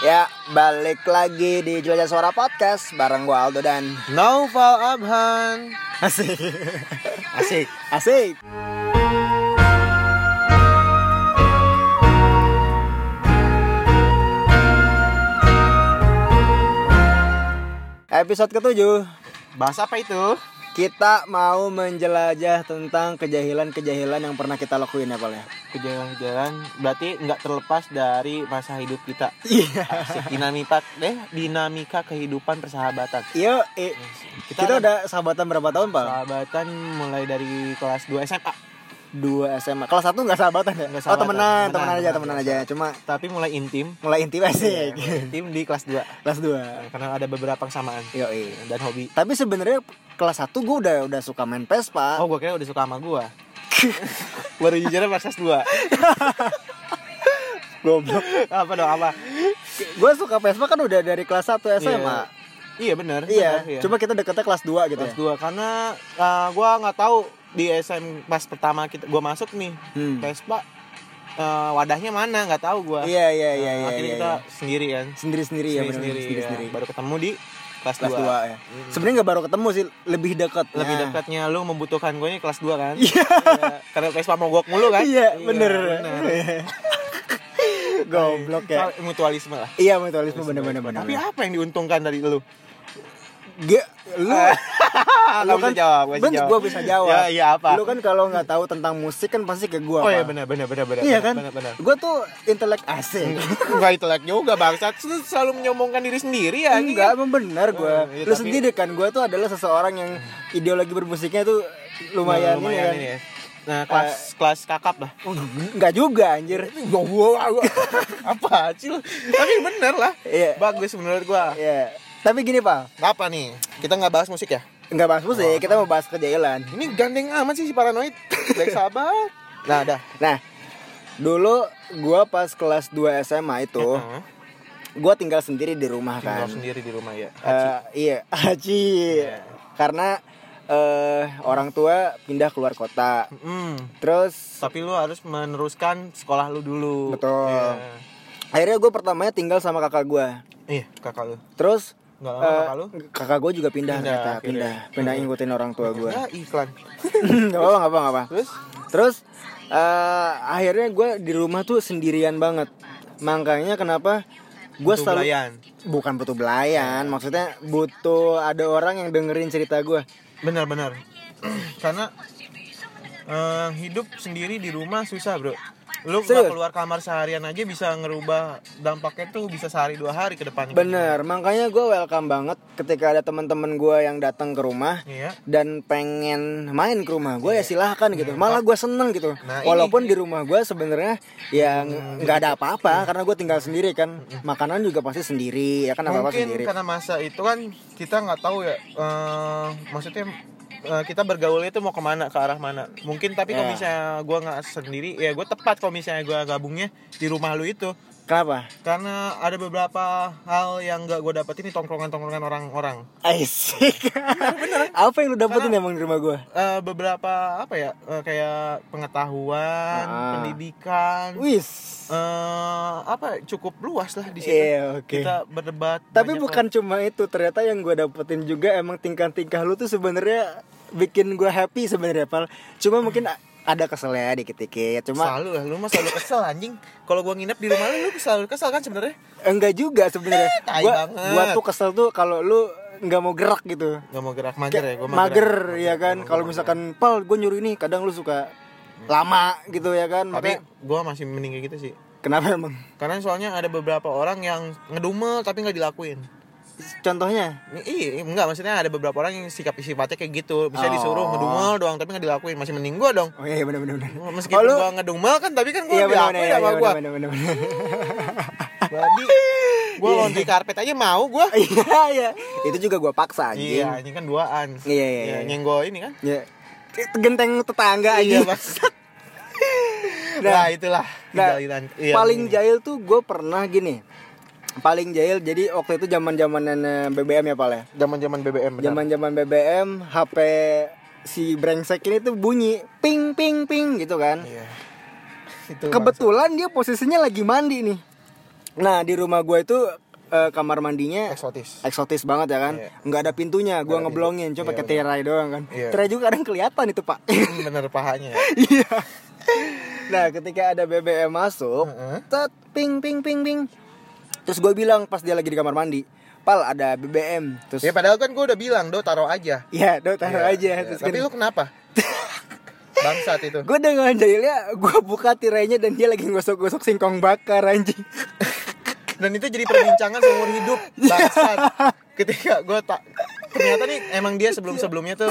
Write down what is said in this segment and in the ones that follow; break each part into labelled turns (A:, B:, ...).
A: Ya, balik lagi di Jelajah Suara Podcast bareng gua Aldo dan
B: Naufal Abhan
A: Asik.
B: Asik
A: Asik. Episode ketujuh,
B: Bahas apa itu?
A: kita mau menjelajah tentang kejahilan-kejahilan yang pernah kita lakuin ya, Pal ya.
B: Kejalan-jalan berarti nggak terlepas dari masa hidup kita
A: Iya.
B: Asik dinamika deh dinamika kehidupan persahabatan
A: Yuk, Iya, i-
B: Kita,
A: kita, udah sahabatan berapa tahun, Pal?
B: persahabatan mulai dari kelas 2 SMA
A: Dua SMA. Kelas satu nggak sahabatan ya?
B: Nggak
A: Oh,
B: sahabatan.
A: temenan, temenan,
B: Temenan,
A: aja,
B: temenan.
A: temenan aja. Cuma
B: Tapi mulai intim
A: mulai intim
B: Iya,
A: sih.
B: Intim di kelas 2
A: Kelas 2.
B: Karena ada beberapa kesamaan
A: Yoi.
B: Dan hobi
A: Tapi sebenarnya kelas 1 gue udah udah suka main Vespa.
B: Oh gue kira udah suka sama gue Baru jujur pas kelas 2
A: Goblok.
B: Apa dong apa?
A: gue suka Vespa kan udah dari kelas 1 SMA.
B: Iya bener
A: Iya.
B: bener,
A: Cuma kita deketnya kelas 2 gitu
B: kelas
A: ya.
B: 2 karena eh, gua nggak tahu di SM pas pertama kita gua masuk nih
A: Hmm.
B: Vespa eh, wadahnya mana nggak tahu gua
A: Iya iya
B: Nah,
A: iya iya.
B: akhirnya
A: iya,
B: kita
A: iya.
B: sendiri kan
A: sendiri-sendiri ya benar
B: sendiri, iya.
A: sendiri sendiri.
B: baru ketemu di kelas,
A: Kelas
B: 2
A: 2 ya. Sebenarnya nggak baru ketemu sih, lebih dekat.
B: Hmm. lebih
A: Nah.
B: dekatnya lu membutuhkan gue ini kelas 2 kan
A: Iya.
B: Iya, karena Vespa mogok mulu kan
A: Iya, bener. Goblok
B: Oke.
A: ya.
B: mutualisme lah
A: Iya, mutualisme bener-bener bener.
B: tapi ya, apa yang diuntungkan dari lu
A: Ge- lu
B: eh, lu
A: kan-
B: bisa jawab gua
A: Bentar, gua bisa jawab.
B: ya, iya apa
A: Lu kan kalau nggak tahu tentang musik kan pasti ke gua.
B: oh iya
A: Pak.
B: benar benar benar benar
A: Iya kan?
B: benar benar
A: Gue tuh intelek asing.
B: Enggak intelek juga bangsat Lu selalu menyombongkan diri sendiri ya anjing.
A: Enggak, emang bener gue.
B: Eh, iya,
A: Lu
B: tapi-
A: sendiri kan gue tuh adalah seseorang yang ideologi bermusiknya tuh lumayan, ini
B: lumayan
A: kan.
B: ini ya. Nah, kelas kelas kakap lah.
A: Oh, Enggak juga anjir.
B: Apa sih lu? Tapi bener lah.
A: Iya.
B: Bagus menurut gua.
A: Iya. Tapi gini, Pak.
B: Apa nih? Kita nggak bahas musik ya?
A: Enggak bahas musik, kita mau bahas kejailan.
B: Ini gandeng amat sih si paranoid. Baik sahabat. Nah, dah.
A: Nah, dulu gue pas kelas 2 SMA itu,
B: Heeh.
A: gue tinggal sendiri di rumah
B: Iya. Tinggal
A: kan.
B: Hmm. sendiri di rumah ya.
A: Eh, iya, Haji.
B: Iya.
A: Karena eh orang tua pindah keluar kota.
B: Hmm.
A: Terus
B: Tapi lu harus meneruskan sekolah lu dulu.
A: Betul.
B: Iya.
A: akhirnya gue pertamanya tinggal sama kakak gue
B: Iya, kakak lu.
A: terus
B: Enggak lama
A: eh,
B: kakak lu.
A: kakak gue juga pindah
B: Pindah,
A: ternyata
B: akhirnya. Iya.
A: pindah pindah ngikutin orang tua gue
B: Ya, iklan.
A: nggak apa nggak apa nggak apa
B: Terus
A: terus eh, akhirnya gue di rumah tuh sendirian banget makanya kenapa gue
B: Butuh
A: selalu
B: pelayan.
A: bukan butuh belayan maksudnya butuh ada orang yang dengerin cerita gue
B: Benar-benar. Karena eh, hidup sendiri di rumah susah bro. Lu nggak
A: Serius?
B: keluar kamar seharian aja bisa ngerubah dampaknya tuh bisa sehari dua hari ke depannya.
A: bener makanya gue welcome banget ketika ada teman-teman gue yang datang ke rumah
B: Iya.
A: dan pengen main ke rumah gue ya silahkan gitu malah gue seneng gitu
B: Iya. Nah, ini- Hmm.
A: walaupun di rumah gue sebenarnya ya ng- nggak ada apa-apa karena gue tinggal sendiri kan makanan juga pasti sendiri ya kan apa apa
B: Mungkin
A: sendiri
B: karena masa itu kan kita nggak tahu ya. eh, maksudnya eh, kita bergaulnya tuh mau kemana ke arah mana mungkin tapi kalau
A: Ya.
B: misalnya gue nggak sendiri ya gue tepat kalau misalnya gue gabungnya di rumah lu itu
A: kenapa
B: karena ada beberapa hal yang gak gue dapetin di tongkrongan tongkrongan orang-orang
A: Asik apa yang lu dapetin emang di rumah gue
B: Eh, beberapa apa ya eh, kayak pengetahuan,
A: Ah.
B: pendidikan,
A: wis
B: eh, apa cukup luas lah di situ.
A: iya oke
B: Kita berdebat.
A: tapi
B: banyak
A: bukan cuma itu ternyata yang gue dapetin juga emang tingkah-tingkah lu tuh sebenarnya bikin gue happy sebenarnya pal cuma mungkin
B: Hmm.
A: a- ada keselnya dikit-dikit
B: hal.
A: cuma
B: selalu lah, lu mah selalu kesel anjing. Kalau gua nginep di rumah lu, lu selalu kesel kan sebenarnya.
A: Enggak juga sebenarnya.
B: Eh, tai
A: gua,
B: banget.
A: gua tuh kesel tuh kalau lu nggak mau gerak gitu.
B: Gak mau gerak mager ya, gua mah
A: Mager
B: gerak.
A: ya kan. Kalau misalkan pal gue nyuruh ini kadang lu suka lama gitu ya kan.
B: Tapi
A: Makanya
B: gua masih mending kayak gitu sih.
A: kenapa emang?
B: Karena soalnya ada beberapa orang yang ngedumel tapi nggak dilakuin.
A: Contohnya
B: Iya, enggak maksudnya ada beberapa orang yang sikap sifatnya kayak gitu.
A: Oh.
B: Bisa disuruh ngedumel doang tapi nggak dilakuin. Masih mending gua dong.
A: Oh iya benar benar benar. Oh,
B: Meskipun
A: lu-
B: gua ngedumel kan tapi kan gua
A: Iya benar
B: diakui
A: benar
B: sama
A: benar
B: gua.
A: benar benar.
B: Jadi gua laundry karpet aja mau gua.
A: Iya iya. Itu juga gua paksa anjing.
B: Iya, ini kan duaan.
A: Iya, iya, iya.
B: Nyenggol ini kan.
A: Ya. Genteng tetangga
B: Iya,
A: aja.
B: maksud. Nah, itulah
A: Nah,
B: kejahatan. Iya,
A: paling
B: ini.
A: jahil tuh gue pernah gini. Paling jahil jadi waktu itu zaman zamanannya BBM ya pal ya.
B: zaman-zaman BBM benar.
A: zaman zaman BBM HP si brengsek ini tuh bunyi ping ping ping gitu kan
B: Iya. Itu
A: kebetulan dia posisinya lagi mandi nih Nah di rumah gue itu eh, kamar mandinya
B: eksotis
A: eksotis banget ya kan
B: Iya.
A: nggak ada pintunya gue
B: ada
A: ngeblongin cuma
B: Iya,
A: pakai
B: bener.
A: tirai doang kan
B: Iya.
A: tirai juga kadang kelihatan itu pak
B: bener pahanya ya.
A: iya nah ketika ada BBM masuk
B: Heeh.
A: tet ping ping ping ping terus gue bilang pas dia lagi di kamar mandi pal ada BBM terus
B: ya padahal kan gue udah bilang do taruh aja
A: ya do taruh
B: Iya,
A: aja
B: iya.
A: terus
B: tapi
A: kan
B: lu kenapa bangsat itu
A: gue dengan jahilnya gue buka tirainya dan dia lagi gosok-gosok singkong bakar anjing
B: dan itu jadi perbincangan seumur hidup bangsat ketika gue tak ternyata nih emang dia sebelum sebelumnya tuh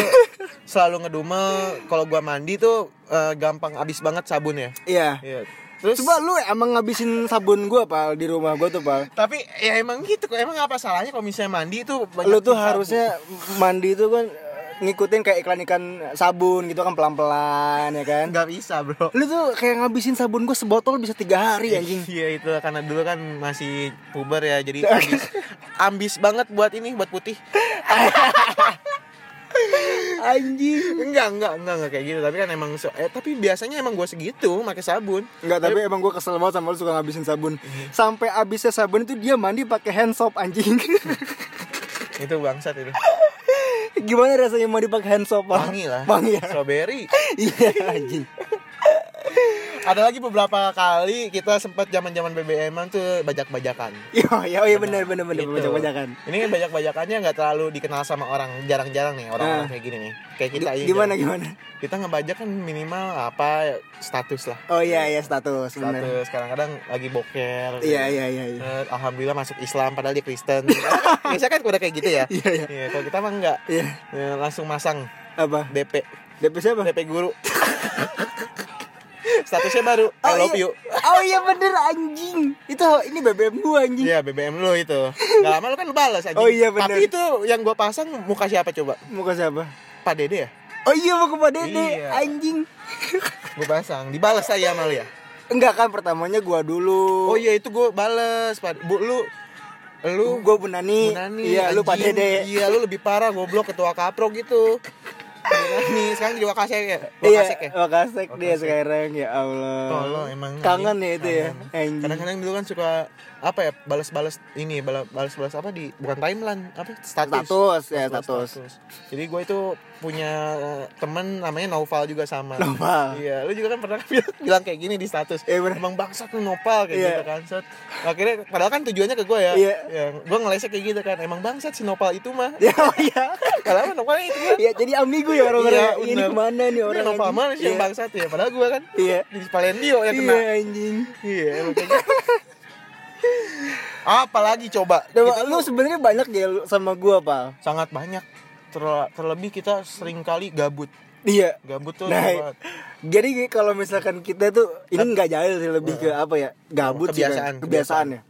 B: selalu ngedumel kalau gua mandi tuh eh, gampang abis banget sabunnya
A: iya
B: Iya. terus
A: coba lu emang ngabisin sabun gue pal di rumah gue tuh pal
B: tapi ya emang gitu kok. emang apa salahnya kalau misalnya mandi itu banyak
A: lu tuh
B: sabun?
A: harusnya mandi tuh kan ngikutin kayak iklan iklan sabun gitu kan pelan-pelan ya kan
B: nggak bisa bro
A: lu tuh kayak ngabisin sabun gue sebotol bisa tiga hari anjing
B: Iya itu karena dulu kan masih puber ya jadi ambis, ambis banget buat ini buat putih
A: anjing
B: enggak enggak enggak enggak kayak gitu tapi kan emang se- eh, tapi biasanya emang gue segitu pakai sabun
A: Enggak, tapi emang gue kesel banget sama lu suka ngabisin sabun Sampai abisnya sabun itu dia mandi pakai hand soap anjing
B: itu bangsat itu
A: Gimana rasanya mandi pakai hand soap? Pak?
B: wangi lah
A: Wangi ya?
B: strawberry
A: Iya anjing
B: ada lagi beberapa kali kita sempat zaman zaman BBM an tuh bajak bajakan
A: Iya, iya, iya benar benar benar
B: Gitu.
A: banyak banyakan.
B: ini bajak bajakannya nggak terlalu dikenal sama orang jarang-jarang nih orang-orang
A: Nah.
B: kayak gini nih kayak kita aja
A: Gimana
B: jarang.
A: gimana?
B: kita ngebajak kan minimal apa status lah
A: Oh iya iya status benar.
B: status kadang-kadang lagi boker
A: Iya iya iya iya.
B: Eh, Alhamdulillah masuk Islam padahal dia Kristen. Biasanya kan udah kayak gitu ya.
A: Iya iya.
B: Iya, kalau kita mah enggak.
A: Iya.
B: Ya, langsung masang
A: Apa?
B: DP,
A: DP siapa?
B: DP guru. Statusnya baru I love
A: iya.
B: you.
A: Oh iya bener anjing. Itu ini BBM gua anjing.
B: Iya, BBM lu itu. Gak lama lu kan lu balas anjing.
A: Oh, iya, bener.
B: Tapi itu yang gua pasang muka siapa coba?
A: Muka siapa?
B: Pak Dede ya?
A: Oh iya mau ke Pak Dede
B: Iya.
A: anjing.
B: Gua pasang, dibalas saya sama lu ya.
A: Enggak kan pertamanya gua dulu.
B: Oh iya, itu gua balas Pak. Bu lu lu
A: Gua Bunani.
B: Bunani,
A: Iya, lu
B: anjing.
A: Pak Dede.
B: Iya, lu lebih parah goblok ketua kapro gitu. Bunani, sekarang jadi wakasek ya?
A: Iya,
B: Wakasek ya?
A: Wakasek dia sekarang ya Allah.
B: Tolong Oh, emang
A: Kangen
B: anjing.
A: ya itu ya.
B: Kangen.
A: Anjing.
B: Kadang-kadang dulu kan suka apa ya balas-balas ini bala- balas-balas apa di bukan timeline apa status.
A: Status ya status.
B: Jadi gue itu punya eh, temen namanya Naufal juga sama.
A: Nopal.
B: Iya, lu juga kan pernah bilang, bilang kayak gini di status.
A: Iya, bener.
B: Emang bangsat lu Nopal kayak
A: Iya.
B: gitu kan. Set. Akhirnya padahal kan tujuannya ke gue ya.
A: Iya.
B: gue ngelesek kayak gitu kan. Emang bangsat si Nopal itu mah.
A: Ya oh iya.
B: Padahal mah Nopal itu kan.
A: Iya jadi ambigu ya orang-orang.
B: Iya,
A: ini
B: bener.
A: kemana nih orang?
B: Ini Nopal
A: anjing?
B: mana sih yang
A: Iya.
B: bangsat ya? Padahal gue kan
A: Iya.
B: di Palendio yang kena.
A: Iya anjing.
B: Iya, emang kayak gitu. Apalagi coba?
A: Coba
B: Kita
A: lu sebenarnya banyak ya lu sama gua, Pal.
B: sangat banyak. Terle- terlebih kita sering kali gabut.
A: Iya.
B: Gabut tuh
A: Nah,
B: buat
A: jadi kalau misalkan kita tuh ini nggak jahil sih lebih ke apa ya? Gabut sih,
B: Kebiasaan,
A: Bang. kebiasaan ya.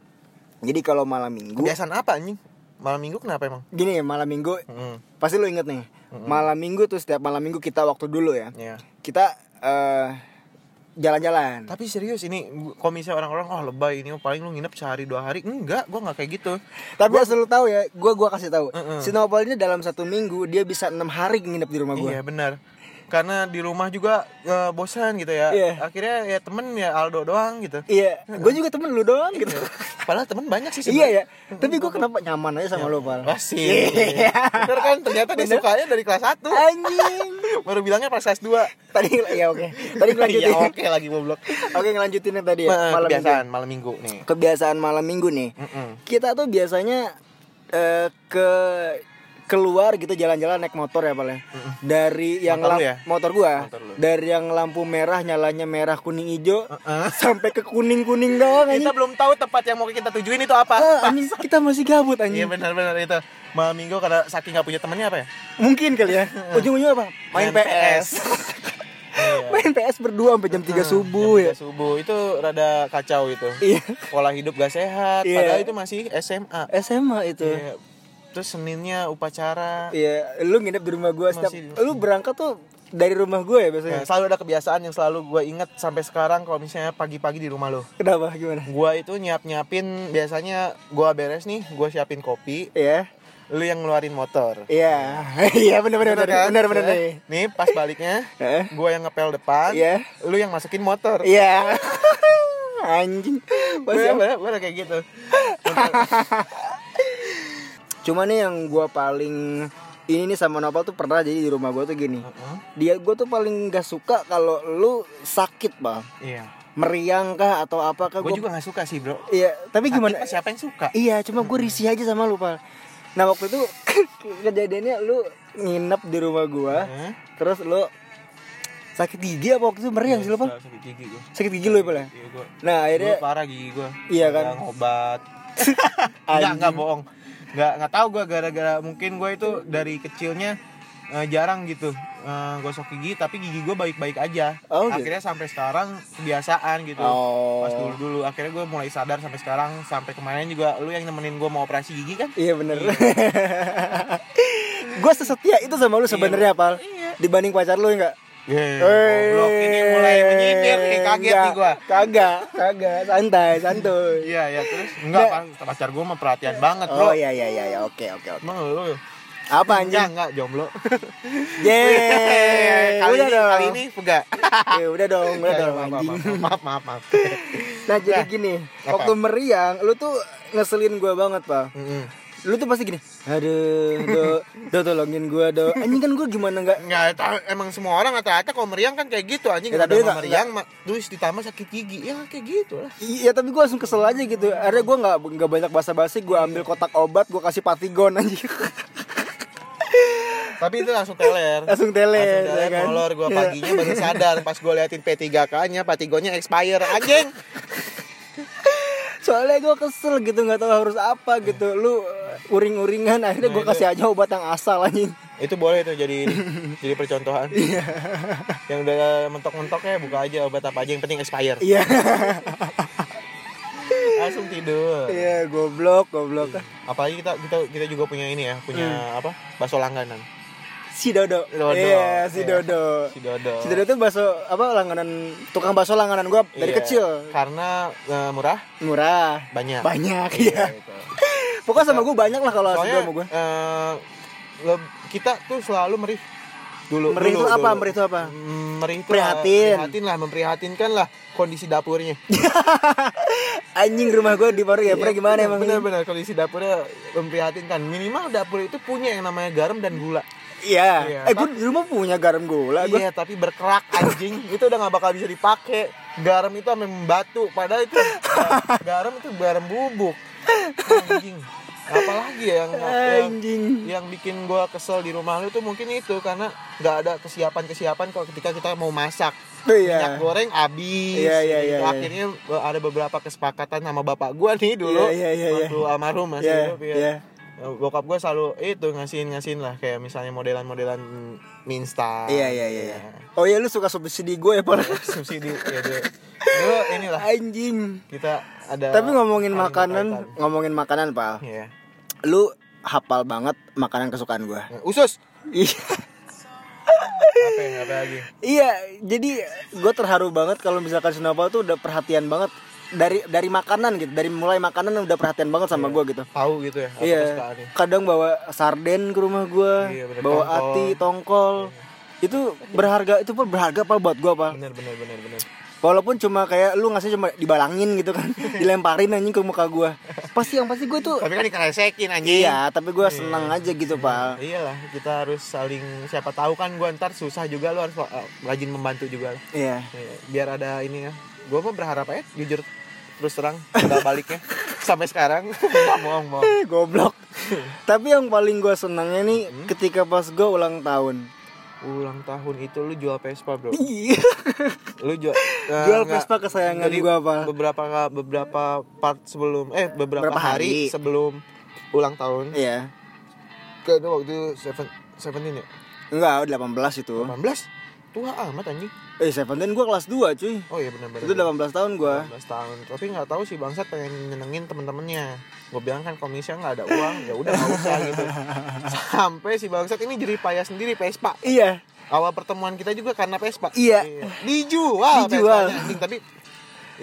A: Jadi kalau malam Minggu
B: kebiasaan apa anjing? Malam Minggu kenapa emang?
A: gini ya, malam Minggu
B: Hmm.
A: pasti lu inget nih. Malam Minggu tuh setiap malam Minggu kita waktu dulu ya.
B: Iya.
A: Kita eh, jalan-jalan.
B: Tapi serius ini kalau misalnya orang-orang oh lebay ini oh, paling lu nginep sehari dua hari. Enggak, gua nggak kayak gitu.
A: Tapi asal lu tahu ya, gua gua kasih tahu.
B: Mm-mm.
A: Si Nopal ini dalam satu minggu dia bisa enam hari nginep di rumah gua.
B: Iya, benar. Karena di rumah juga eh, bosan gitu ya.
A: Iya.
B: Akhirnya ya temen ya Aldo doang gitu.
A: Iya, gue juga temen lu doang gitu.
B: Padahal temen banyak sih
A: iya
B: sebenarnya.
A: ya, tapi gue kenapa nyaman aja
B: Iya.
A: sama lu pal?
B: Asik.
A: Iya. Eh.
B: Bener kan ternyata dia sukanya dari kelas 1.
A: Anjing.
B: Baru bilangnya pas kelas 2.
A: Tadi ya oke. Tadi
B: ya
A: lanjutin.
B: oke lagi goblok.
A: Oke ngelanjutin yang tadi ya.
B: Eh,
A: Malam
B: kebiasaan malam minggu nih.
A: minggu. Kebiasaan malam minggu nih.
B: Mm-mm.
A: Kita tuh biasanya eh, ke keluar gitu jalan-jalan naik motor ya paling dari yang
B: Motor lu
A: lam-
B: ya?
A: motor gua
B: Motor lu.
A: dari yang lampu merah nyalanya merah kuning hijau sampai ke kuning kuning doang
B: Kita
A: anjing
B: belum tahu tempat yang mau kita tujuin itu apa.
A: Ah, anjing, kita masih gabut
B: Iya
A: anjing
B: benar-benar itu. Malam minggu karena saking gak punya temennya apa ya?
A: mungkin kali ya ujung-ujungnya apa main,
B: Main
A: PS,
B: PS.
A: main PS berdua sampai jam 3 subuh
B: Jam
A: ya
B: tiga Subuh itu rada kacau itu.
A: iya
B: Pola hidup gak sehat.
A: Iya.
B: Padahal itu masih SMA.
A: SMA itu
B: Iya. Terus Seninnya upacara.
A: Iya, lu nginep di rumah gua setiap
B: Masih di-
A: lu berangkat tuh dari rumah gua ya biasanya.
B: Ya, selalu ada kebiasaan yang selalu gue inget sampai sekarang kalau misalnya pagi-pagi di rumah lo.
A: Kenapa gimana?
B: Gua itu nyiap-nyiapin biasanya gua beres nih, gua siapin kopi,
A: Iya.
B: lu yang ngeluarin motor.
A: Iya. Iya benar benar benar
B: kan?
A: benar benar.
B: Ya. Nih pas baliknya,
A: Heeh.
B: gua yang ngepel depan,
A: Iya.
B: lu yang masukin motor.
A: Iya. anjing
B: Bener,
A: Masih-
B: bener, bener kayak gitu
A: cuma nih yang gua paling ini nih sama Nopal tuh pernah jadi di rumah gua tuh gini dia gua tuh paling gak suka kalau lu sakit bang
B: Iya
A: meriang kah atau apa kah
B: Gue
A: gua,
B: juga gak suka sih bro
A: iya tapi
B: Gimana?
A: gimana
B: siapa yang suka?
A: iya cuma gue risih aja sama lu Pal nah waktu itu kejadiannya lu nginep di rumah gua
B: Hmm?
A: terus lu sakit gigi apa waktu itu meriang sih lu Pal
B: Sakit gigi gue
A: sakit gigi lu ya Pal ya?
B: Iya gue
A: nah akhirnya
B: Gua parah gigi gue
A: Iya kan?
B: obat Enggak, enggak bohong Enggak, enggak tahu gue gara-gara mungkin gue itu dari kecilnya eh, jarang gitu eh, gosok gigi tapi gigi gue baik-baik aja
A: Oh, gitu.
B: akhirnya sampai sekarang kebiasaan gitu
A: Oh.
B: pas dulu dulu akhirnya gue mulai sadar sampai sekarang sampai kemarin juga lu yang nemenin gue mau operasi gigi kan
A: Iya bener Gue sesetia itu sama lu
B: Iya,
A: sebenarnya Pal Dibanding pacar lu enggak? Iya.
B: Yeay, Eh, goblok ini mulai
A: Eh,
B: menyindir nih kaget nih gue
A: Kagak, kagak, santai, santuy
B: iya iya terus enggak pas- pacar gue mah perhatian banget
A: Oh
B: bro
A: iya iya iya, iya. oke oke oke
B: emang lu
A: Apa
B: enggak
A: anjing?
B: enggak jomblo
A: Yeay
B: Eh,
A: Eh,
B: kali
A: Udah
B: ini
A: dong
B: kali ini Iya, enggak
A: Ya, Udah dong, udah
B: Enggak,
A: dong
B: maaf,
A: anjing
B: maaf maaf maaf, maaf.
A: Nah jadi
B: Iya.
A: gini Waktu meriang, lu tuh ngeselin gue banget Pal
B: Mm-mm.
A: Lu tuh pasti gini Aduh, do, do tolongin gue do Anjing kan gue gimana enggak
B: Nggak, ta- emang semua orang rata-rata kalau meriang kan kayak gitu
A: Ya,
B: anjing ya,
A: tapi
B: ada
A: nggak-
B: meriang ma- terus ditambah sakit gigi ya kayak gitu lah
A: Iya tapi gue langsung kesel aja gitu Akhirnya gue gak, nggak banyak basa-basi Gue
B: Iya.
A: ambil kotak obat Gue kasih patigon anjing
B: tapi itu langsung teler
A: Langsung teler,
B: langsung
A: ya
B: teler
A: kan?
B: molor gue
A: Iya.
B: paginya baru sadar pas gue liatin P3K nya patigonya expire anjing
A: Soalnya gue kesel gitu nggak tahu harus
B: Iya.
A: apa gitu Lu uh, uring-uringan Akhirnya
B: Nah,
A: gue kasih aja obat yang asal anjing
B: itu boleh tuh jadi jadi percontohan
A: Iya.
B: yang udah mentok-mentoknya buka aja obat apa aja yang penting expire
A: Iya
B: langsung tidur
A: Iya goblok goblok
B: Iya. apalagi kita kita kita juga punya ini ya punya
A: Hmm.
B: apa bakso langganan
A: Si Dodo
B: Dodo.
A: Iya si
B: Iya.
A: Dodo
B: si dodo
A: Si Dodo tuh bakso apa langganan tukang bakso langganan gue dari
B: Iya.
A: kecil
B: karena eh, murah
A: murah
B: banyak
A: banyak iya. Pokoknya sama gue banyak lah kalau
B: soalnya
A: sama gue
B: eh, le- kita tuh selalu merih dulu
A: Merih
B: dulu,
A: itu apa?
B: dulu.
A: Merih itu apa?
B: Mm, merih itu
A: Prihatin.
B: prihatin lah memprihatinkan lah kondisi dapurnya
A: Anjing rumah gue di
B: Iya,
A: Paru ya pernah gimana emang
B: benar-benar kondisi dapurnya memprihatinkan minimal dapur itu punya yang namanya garam dan gula
A: Iya.
B: Iya.
A: Eh gue di rumah punya garam gula. Gua,
B: iya tapi berkerak anjing itu udah nggak bakal bisa dipakai garam itu sampai membatu padahal itu ga- garam itu garam bubuk anjing apalagi ya
A: Iya.
B: yang, yang
A: Anjing.
B: yang bikin gua kesel di rumah lu tuh mungkin itu karena nggak ada kesiapan kesiapan kalau ketika kita mau masak
A: Tuh
B: Iya. minyak
A: ya.
B: goreng habis
A: Iya, iya,
B: gitu.
A: iya, iya.
B: akhirnya eh, ada beberapa kesepakatan sama bapak gua nih dulu
A: Iya, iya, iya, iya.
B: waktu almarhum masih
A: Iya,
B: hidup, ya.
A: iya.
B: Eh, bokap gua selalu itu ngasihin ngasihin lah kayak misalnya modelan modelan mie instan
A: Iya iya iya. iya. Oh iya lu suka subsidi gue ya Pol.
B: subsidi ya dia Gua inilah
A: Anjing.
B: kita ada
A: Tapi ngomongin
B: saling
A: makanan,
B: berkaitan.
A: ngomongin makanan Pal.
B: Iya.
A: Lu hafal banget makanan kesukaan gue.
B: usus
A: Iya.
B: apa yang apa lagi
A: Iya, jadi gue terharu banget kalau misalkan Sunapal tuh udah perhatian banget dari dari makanan gitu, dari mulai makanan udah perhatian banget sama gue gitu.
B: tahu gitu ya apa
A: Iya.
B: kesukaannya.
A: Kadang bawa sarden ke rumah gua,
B: Iya, bener,
A: bawa
B: tongkol. Iya.
A: ati, tongkol. Itu berharga, itu pun berharga apa buat gua, Pak.
B: bener bener bener bener
A: Walaupun cuma kayak lu ngasih cuma dibalangin gitu kan, dilemparin anjing ke muka gua. Pasti yang pasti gua tuh
B: tapi kan dikeresekin anjing
A: Iya, tapi gua seneng aja gitu,
B: Iya.
A: Pak.
B: iyalah kita harus saling siapa tahu kan gua ntar susah juga lu harus eh, rajin membantu juga lah.
A: Iya.
B: Iya, biar ada ini ya gua mah berharap ya jujur terus terang udah baliknya sampai sekarang nggak bohong bohong
A: Eh, Goblok. tapi yang paling gua senangnya nih
B: Hmm?
A: ketika pas gua ulang tahun.
B: ulang tahun itu lu jual Vespa bro
A: Iya.
B: lu jual eh,
A: Jual Vespa kesayangan gua, apa?
B: beberapa beberapa part sebelum eh beberapa,
A: Berapa
B: hari,
A: hari?
B: sebelum ulang tahun
A: Iya.
B: ke itu waktu seven seventeen ya
A: Enggak, 18 itu.
B: 18 tua amat anjing
A: Eh, 17 gua kelas 2, cuy.
B: oh iya benar-benar
A: Itu 18 tahun gua.
B: 18 tahun tapi nggak tahu sih bangsat pengen nyenengin temen-temennya gue bilang kan komisinya nggak ada uang ya udah nggak usah gitu sampai si bangsat ini jadi payah sendiri Vespa
A: Iya.
B: awal pertemuan kita juga karena Vespa
A: Iya.
B: dijual
A: Dijual.
B: Vespanya, anjing tapi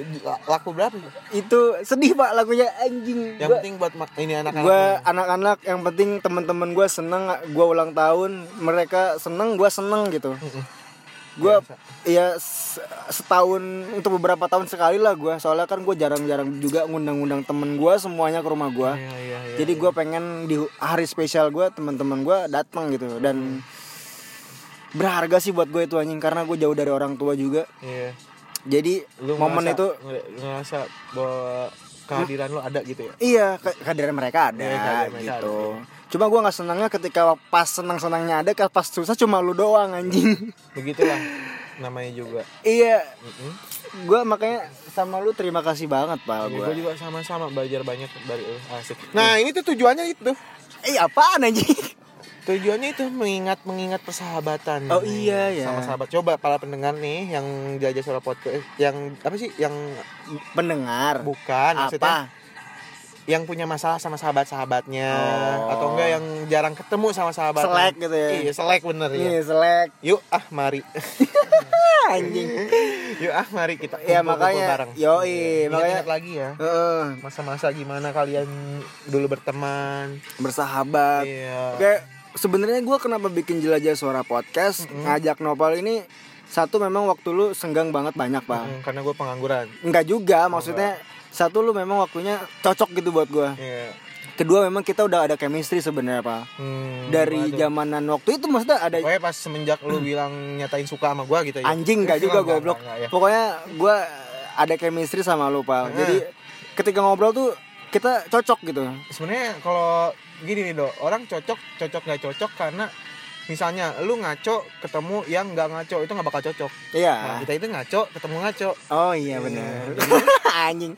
B: eh, laku berapa
A: itu sedih pak lagunya anjing
B: yang
A: gua,
B: penting buat ma- ini anak-anak
A: gua anak-anak yang penting teman-teman gua seneng gua ulang tahun mereka seneng gua seneng gitu gue ya se- setahun itu beberapa tahun sekali lah gue soalnya kan gue jarang-jarang juga ngundang-ngundang temen gue semuanya ke rumah gue
B: Iya, iya, iya.
A: jadi gue pengen di hari spesial gue teman-teman gue datang gitu dan berharga sih buat gue itu anjing karena gue jauh dari orang tua juga
B: Iya.
A: jadi
B: Lu
A: momen
B: ngerasa-
A: itu
B: nge- ngerasa bahwa kehadiran lu ada gitu ya.
A: iya ke- kehadiran mereka ada
B: Iya, kehadiran mereka
A: gitu cuma gue nggak senangnya ketika pas senang senangnya ada kalau pas susah cuma lu doang anjing
B: Begitulah namanya juga.
A: iya
B: Mm-mm.
A: gue makanya sama lu terima kasih banget pak
B: Gue
A: gue
B: juga sama-sama belajar banyak dari lu asik. Nah ini tuh tujuannya itu.
A: eh apaan anjing
B: Tujuannya itu mengingat mengingat persahabatan.
A: Oh, iya, ya.
B: Sama sahabat. Coba para pendengar nih yang jajah suara podcast, eh, yang apa sih? Yang
A: pendengar
B: bukan
A: apa
B: maksudnya yang punya masalah sama sahabat-sahabatnya
A: Oh.
B: atau enggak yang jarang ketemu sama sahabatnya.
A: selek gitu ya
B: Iya, selek bener ya.
A: iya selek
B: Yuk ah mari.
A: anjing
B: Yuk ah mari kita
A: Iya,
B: kumpul-kumpul
A: makanya.
B: bareng.
A: Yoi,
B: Iya,
A: makanya-
B: ingat-ingat lagi ya.
A: Heeh,
B: Masa-masa gimana kalian dulu berteman?
A: bersahabat
B: Iya.
A: kayak sebenarnya gue kenapa bikin jelajah suara podcast ngajak nopal ini satu memang waktu lu senggang banget banyak pak
B: Mm, karena gue pengangguran.
A: enggak juga maksudnya satu lu memang waktunya cocok gitu buat gue
B: Iya.
A: kedua memang kita udah ada chemistry sebenarnya pak
B: Hmm,
A: dari
B: waduh.
A: zamanan waktu itu maksudnya ada
B: Pokoknya pas semenjak lu bilang nyatain suka sama gue gitu
A: Hmm.
B: ya.
A: anjing enggak juga
B: Enggak,
A: goblok
B: enggak, enggak, ya.
A: pokoknya gue ada chemistry sama lu pak jadi ketika ngobrol tuh kita cocok gitu
B: Sebenarnya kalau gini nih do, orang cocok cocok nggak cocok karena misalnya lu ngaco ketemu yang nggak ngaco itu nggak bakal cocok. Nah,
A: iya
B: kita itu ngaco ketemu ngaco.
A: oh iya benar anjing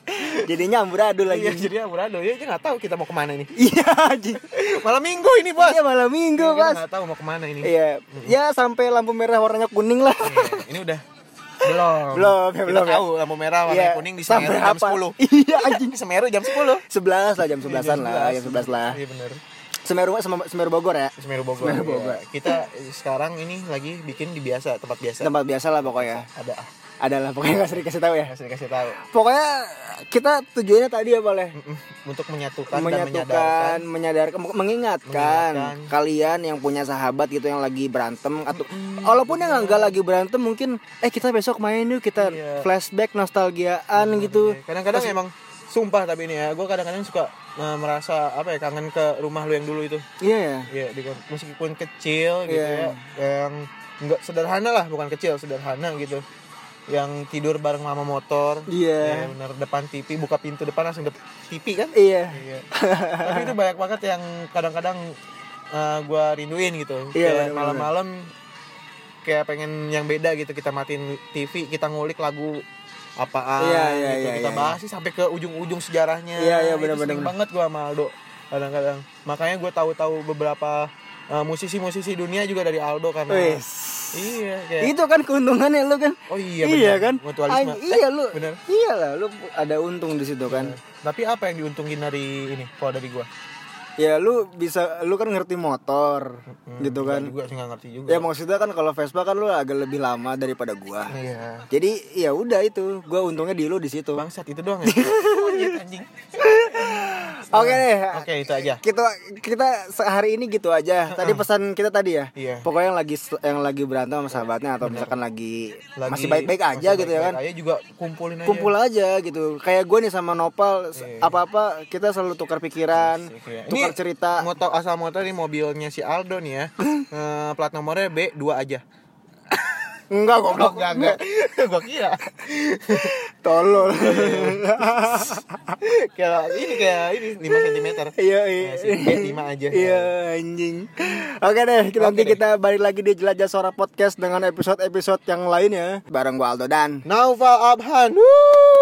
A: jadinya amburadul
B: Iya,
A: lagi
B: jadi amburadul ya dia nggak tahu kita mau kemana ini.
A: iya anjing
B: Malam minggu ini bos.
A: Iya malam minggu
B: Kita
A: pas.
B: nggak tahu mau kemana ini.
A: Iya, ya sampai lampu merah warnanya kuning lah.
B: Iya, ini udah belum.
A: Belum, ya,
B: Kita
A: belum, ya.
B: tahu lampu merah warna
A: Iya,
B: kuning di
A: sampai
B: Semeru jam
A: apa?
B: 10.
A: Iya,
B: anjing Semeru jam 10.
A: Sebelas lah jam sebelasan
B: Iya,
A: lah, jam sebelas lah.
B: Iya benar.
A: Semeru Sem- Semeru Bogor ya,
B: Semeru Bogor.
A: Semeru
B: iya.
A: Bogor.
B: Kita sekarang ini lagi bikin di biasa, tempat biasa.
A: tempat biasa lah pokoknya.
B: Ada ah,
A: Adalah pokoknya nggak sering kasih tahu ya.
B: yang saya kasih tahu.
A: Pokoknya kita tujuannya tadi apa leh?
B: Mm-mm. Untuk menyatukan, dan menyadarkan.
A: menyatukan, menyadarkan, mengingatkan,
B: Mengingatkan.
A: kalian yang punya sahabat gitu yang lagi berantem atau walaupun yang nggak lagi berantem mungkin eh kita besok main yuk kita
B: Iya.
A: flashback nostalgiaan gitu.
B: Iya, Kadang-kadang emang sumpah tapi ini ya, gue kadang-kadang suka eh, merasa apa ya kangen ke rumah lu yang dulu itu.
A: Iya ya.
B: Iya, di meskipun kecil gitu
A: Iya.
B: ya, yang nggak sederhana lah, bukan kecil, sederhana gitu. Yang tidur bareng mama motor.
A: Iya.
B: Ya, bener depan TV, buka pintu depan langsung dep- TV kan?
A: Iya.
B: Iya. Tapi itu banyak banget yang kadang-kadang eh, gua rinduin gitu.
A: Iya,
B: Kayak
A: bener-bener.
B: malam-malam kayak pengen yang beda gitu kita matiin TV, kita ngulik lagu apaan
A: Iya, iya,
B: gitu.
A: iya,
B: kita
A: iya.
B: bahas sih sampai ke ujung-ujung sejarahnya.
A: Iya, iya,
B: Itu
A: bener-bener.
B: sering banget gua sama Aldo kadang-kadang. Makanya gua tahu-tahu beberapa eh, musisi-musisi dunia juga dari Aldo karena
A: Wes.
B: Nah. Iya, kayak
A: Itu kan keuntungannya lu kan.
B: Oh iya,
A: iya
B: bener.
A: kan?
B: Mutualisme. Eh,
A: Ay- iya lu.
B: bener.
A: Iya lah, lu ada untung di situ kan.
B: Tapi apa yang diuntungin dari ini kalau dari gua?
A: Ya lu bisa lu kan ngerti motor gitu kan.
B: Gua juga sih nggak ngerti juga.
A: Ya maksudnya kan kalau Vespa kan lu agak lebih lama daripada gua.
B: Iya.
A: Jadi ya udah itu, gua untungnya di lu di situ. Oke
B: Bangsat itu doang ya. Monyet, anjing.
A: deh.
B: Oke, itu aja.
A: Kita kita sehari ini gitu aja. Tadi pesan kita tadi ya.
B: Iya.
A: Pokoknya yang lagi yang lagi berantem sama sahabatnya atau misalkan lagi,
B: Lagi-
A: masih baik-baik aja
B: masih
A: gitu ya kan.
B: baik-baik aja juga kumpulin aja.
A: kumpul aja gitu kayak gue nih sama Nopal s- apa-apa kita selalu tukar pikiran
B: Oke, ya.
A: tukar
B: Ini
A: cerita
B: Motor asal motor ini mobilnya si Aldo nih ya. Eh, plat nomornya B2 aja.
A: enggak goblok enggak, enggak. Iya,
B: Gua kira.
A: tolol
B: kayak ini kayak ini 5 cm.
A: iya
B: Ya,
A: iya
B: si B5 aja.
A: iya anjing oke deh nanti
B: deh.
A: kita balik lagi di jelajah suara podcast dengan episode-episode yang lainnya bareng gue Aldo dan
B: Naufal Abhan. Wuh.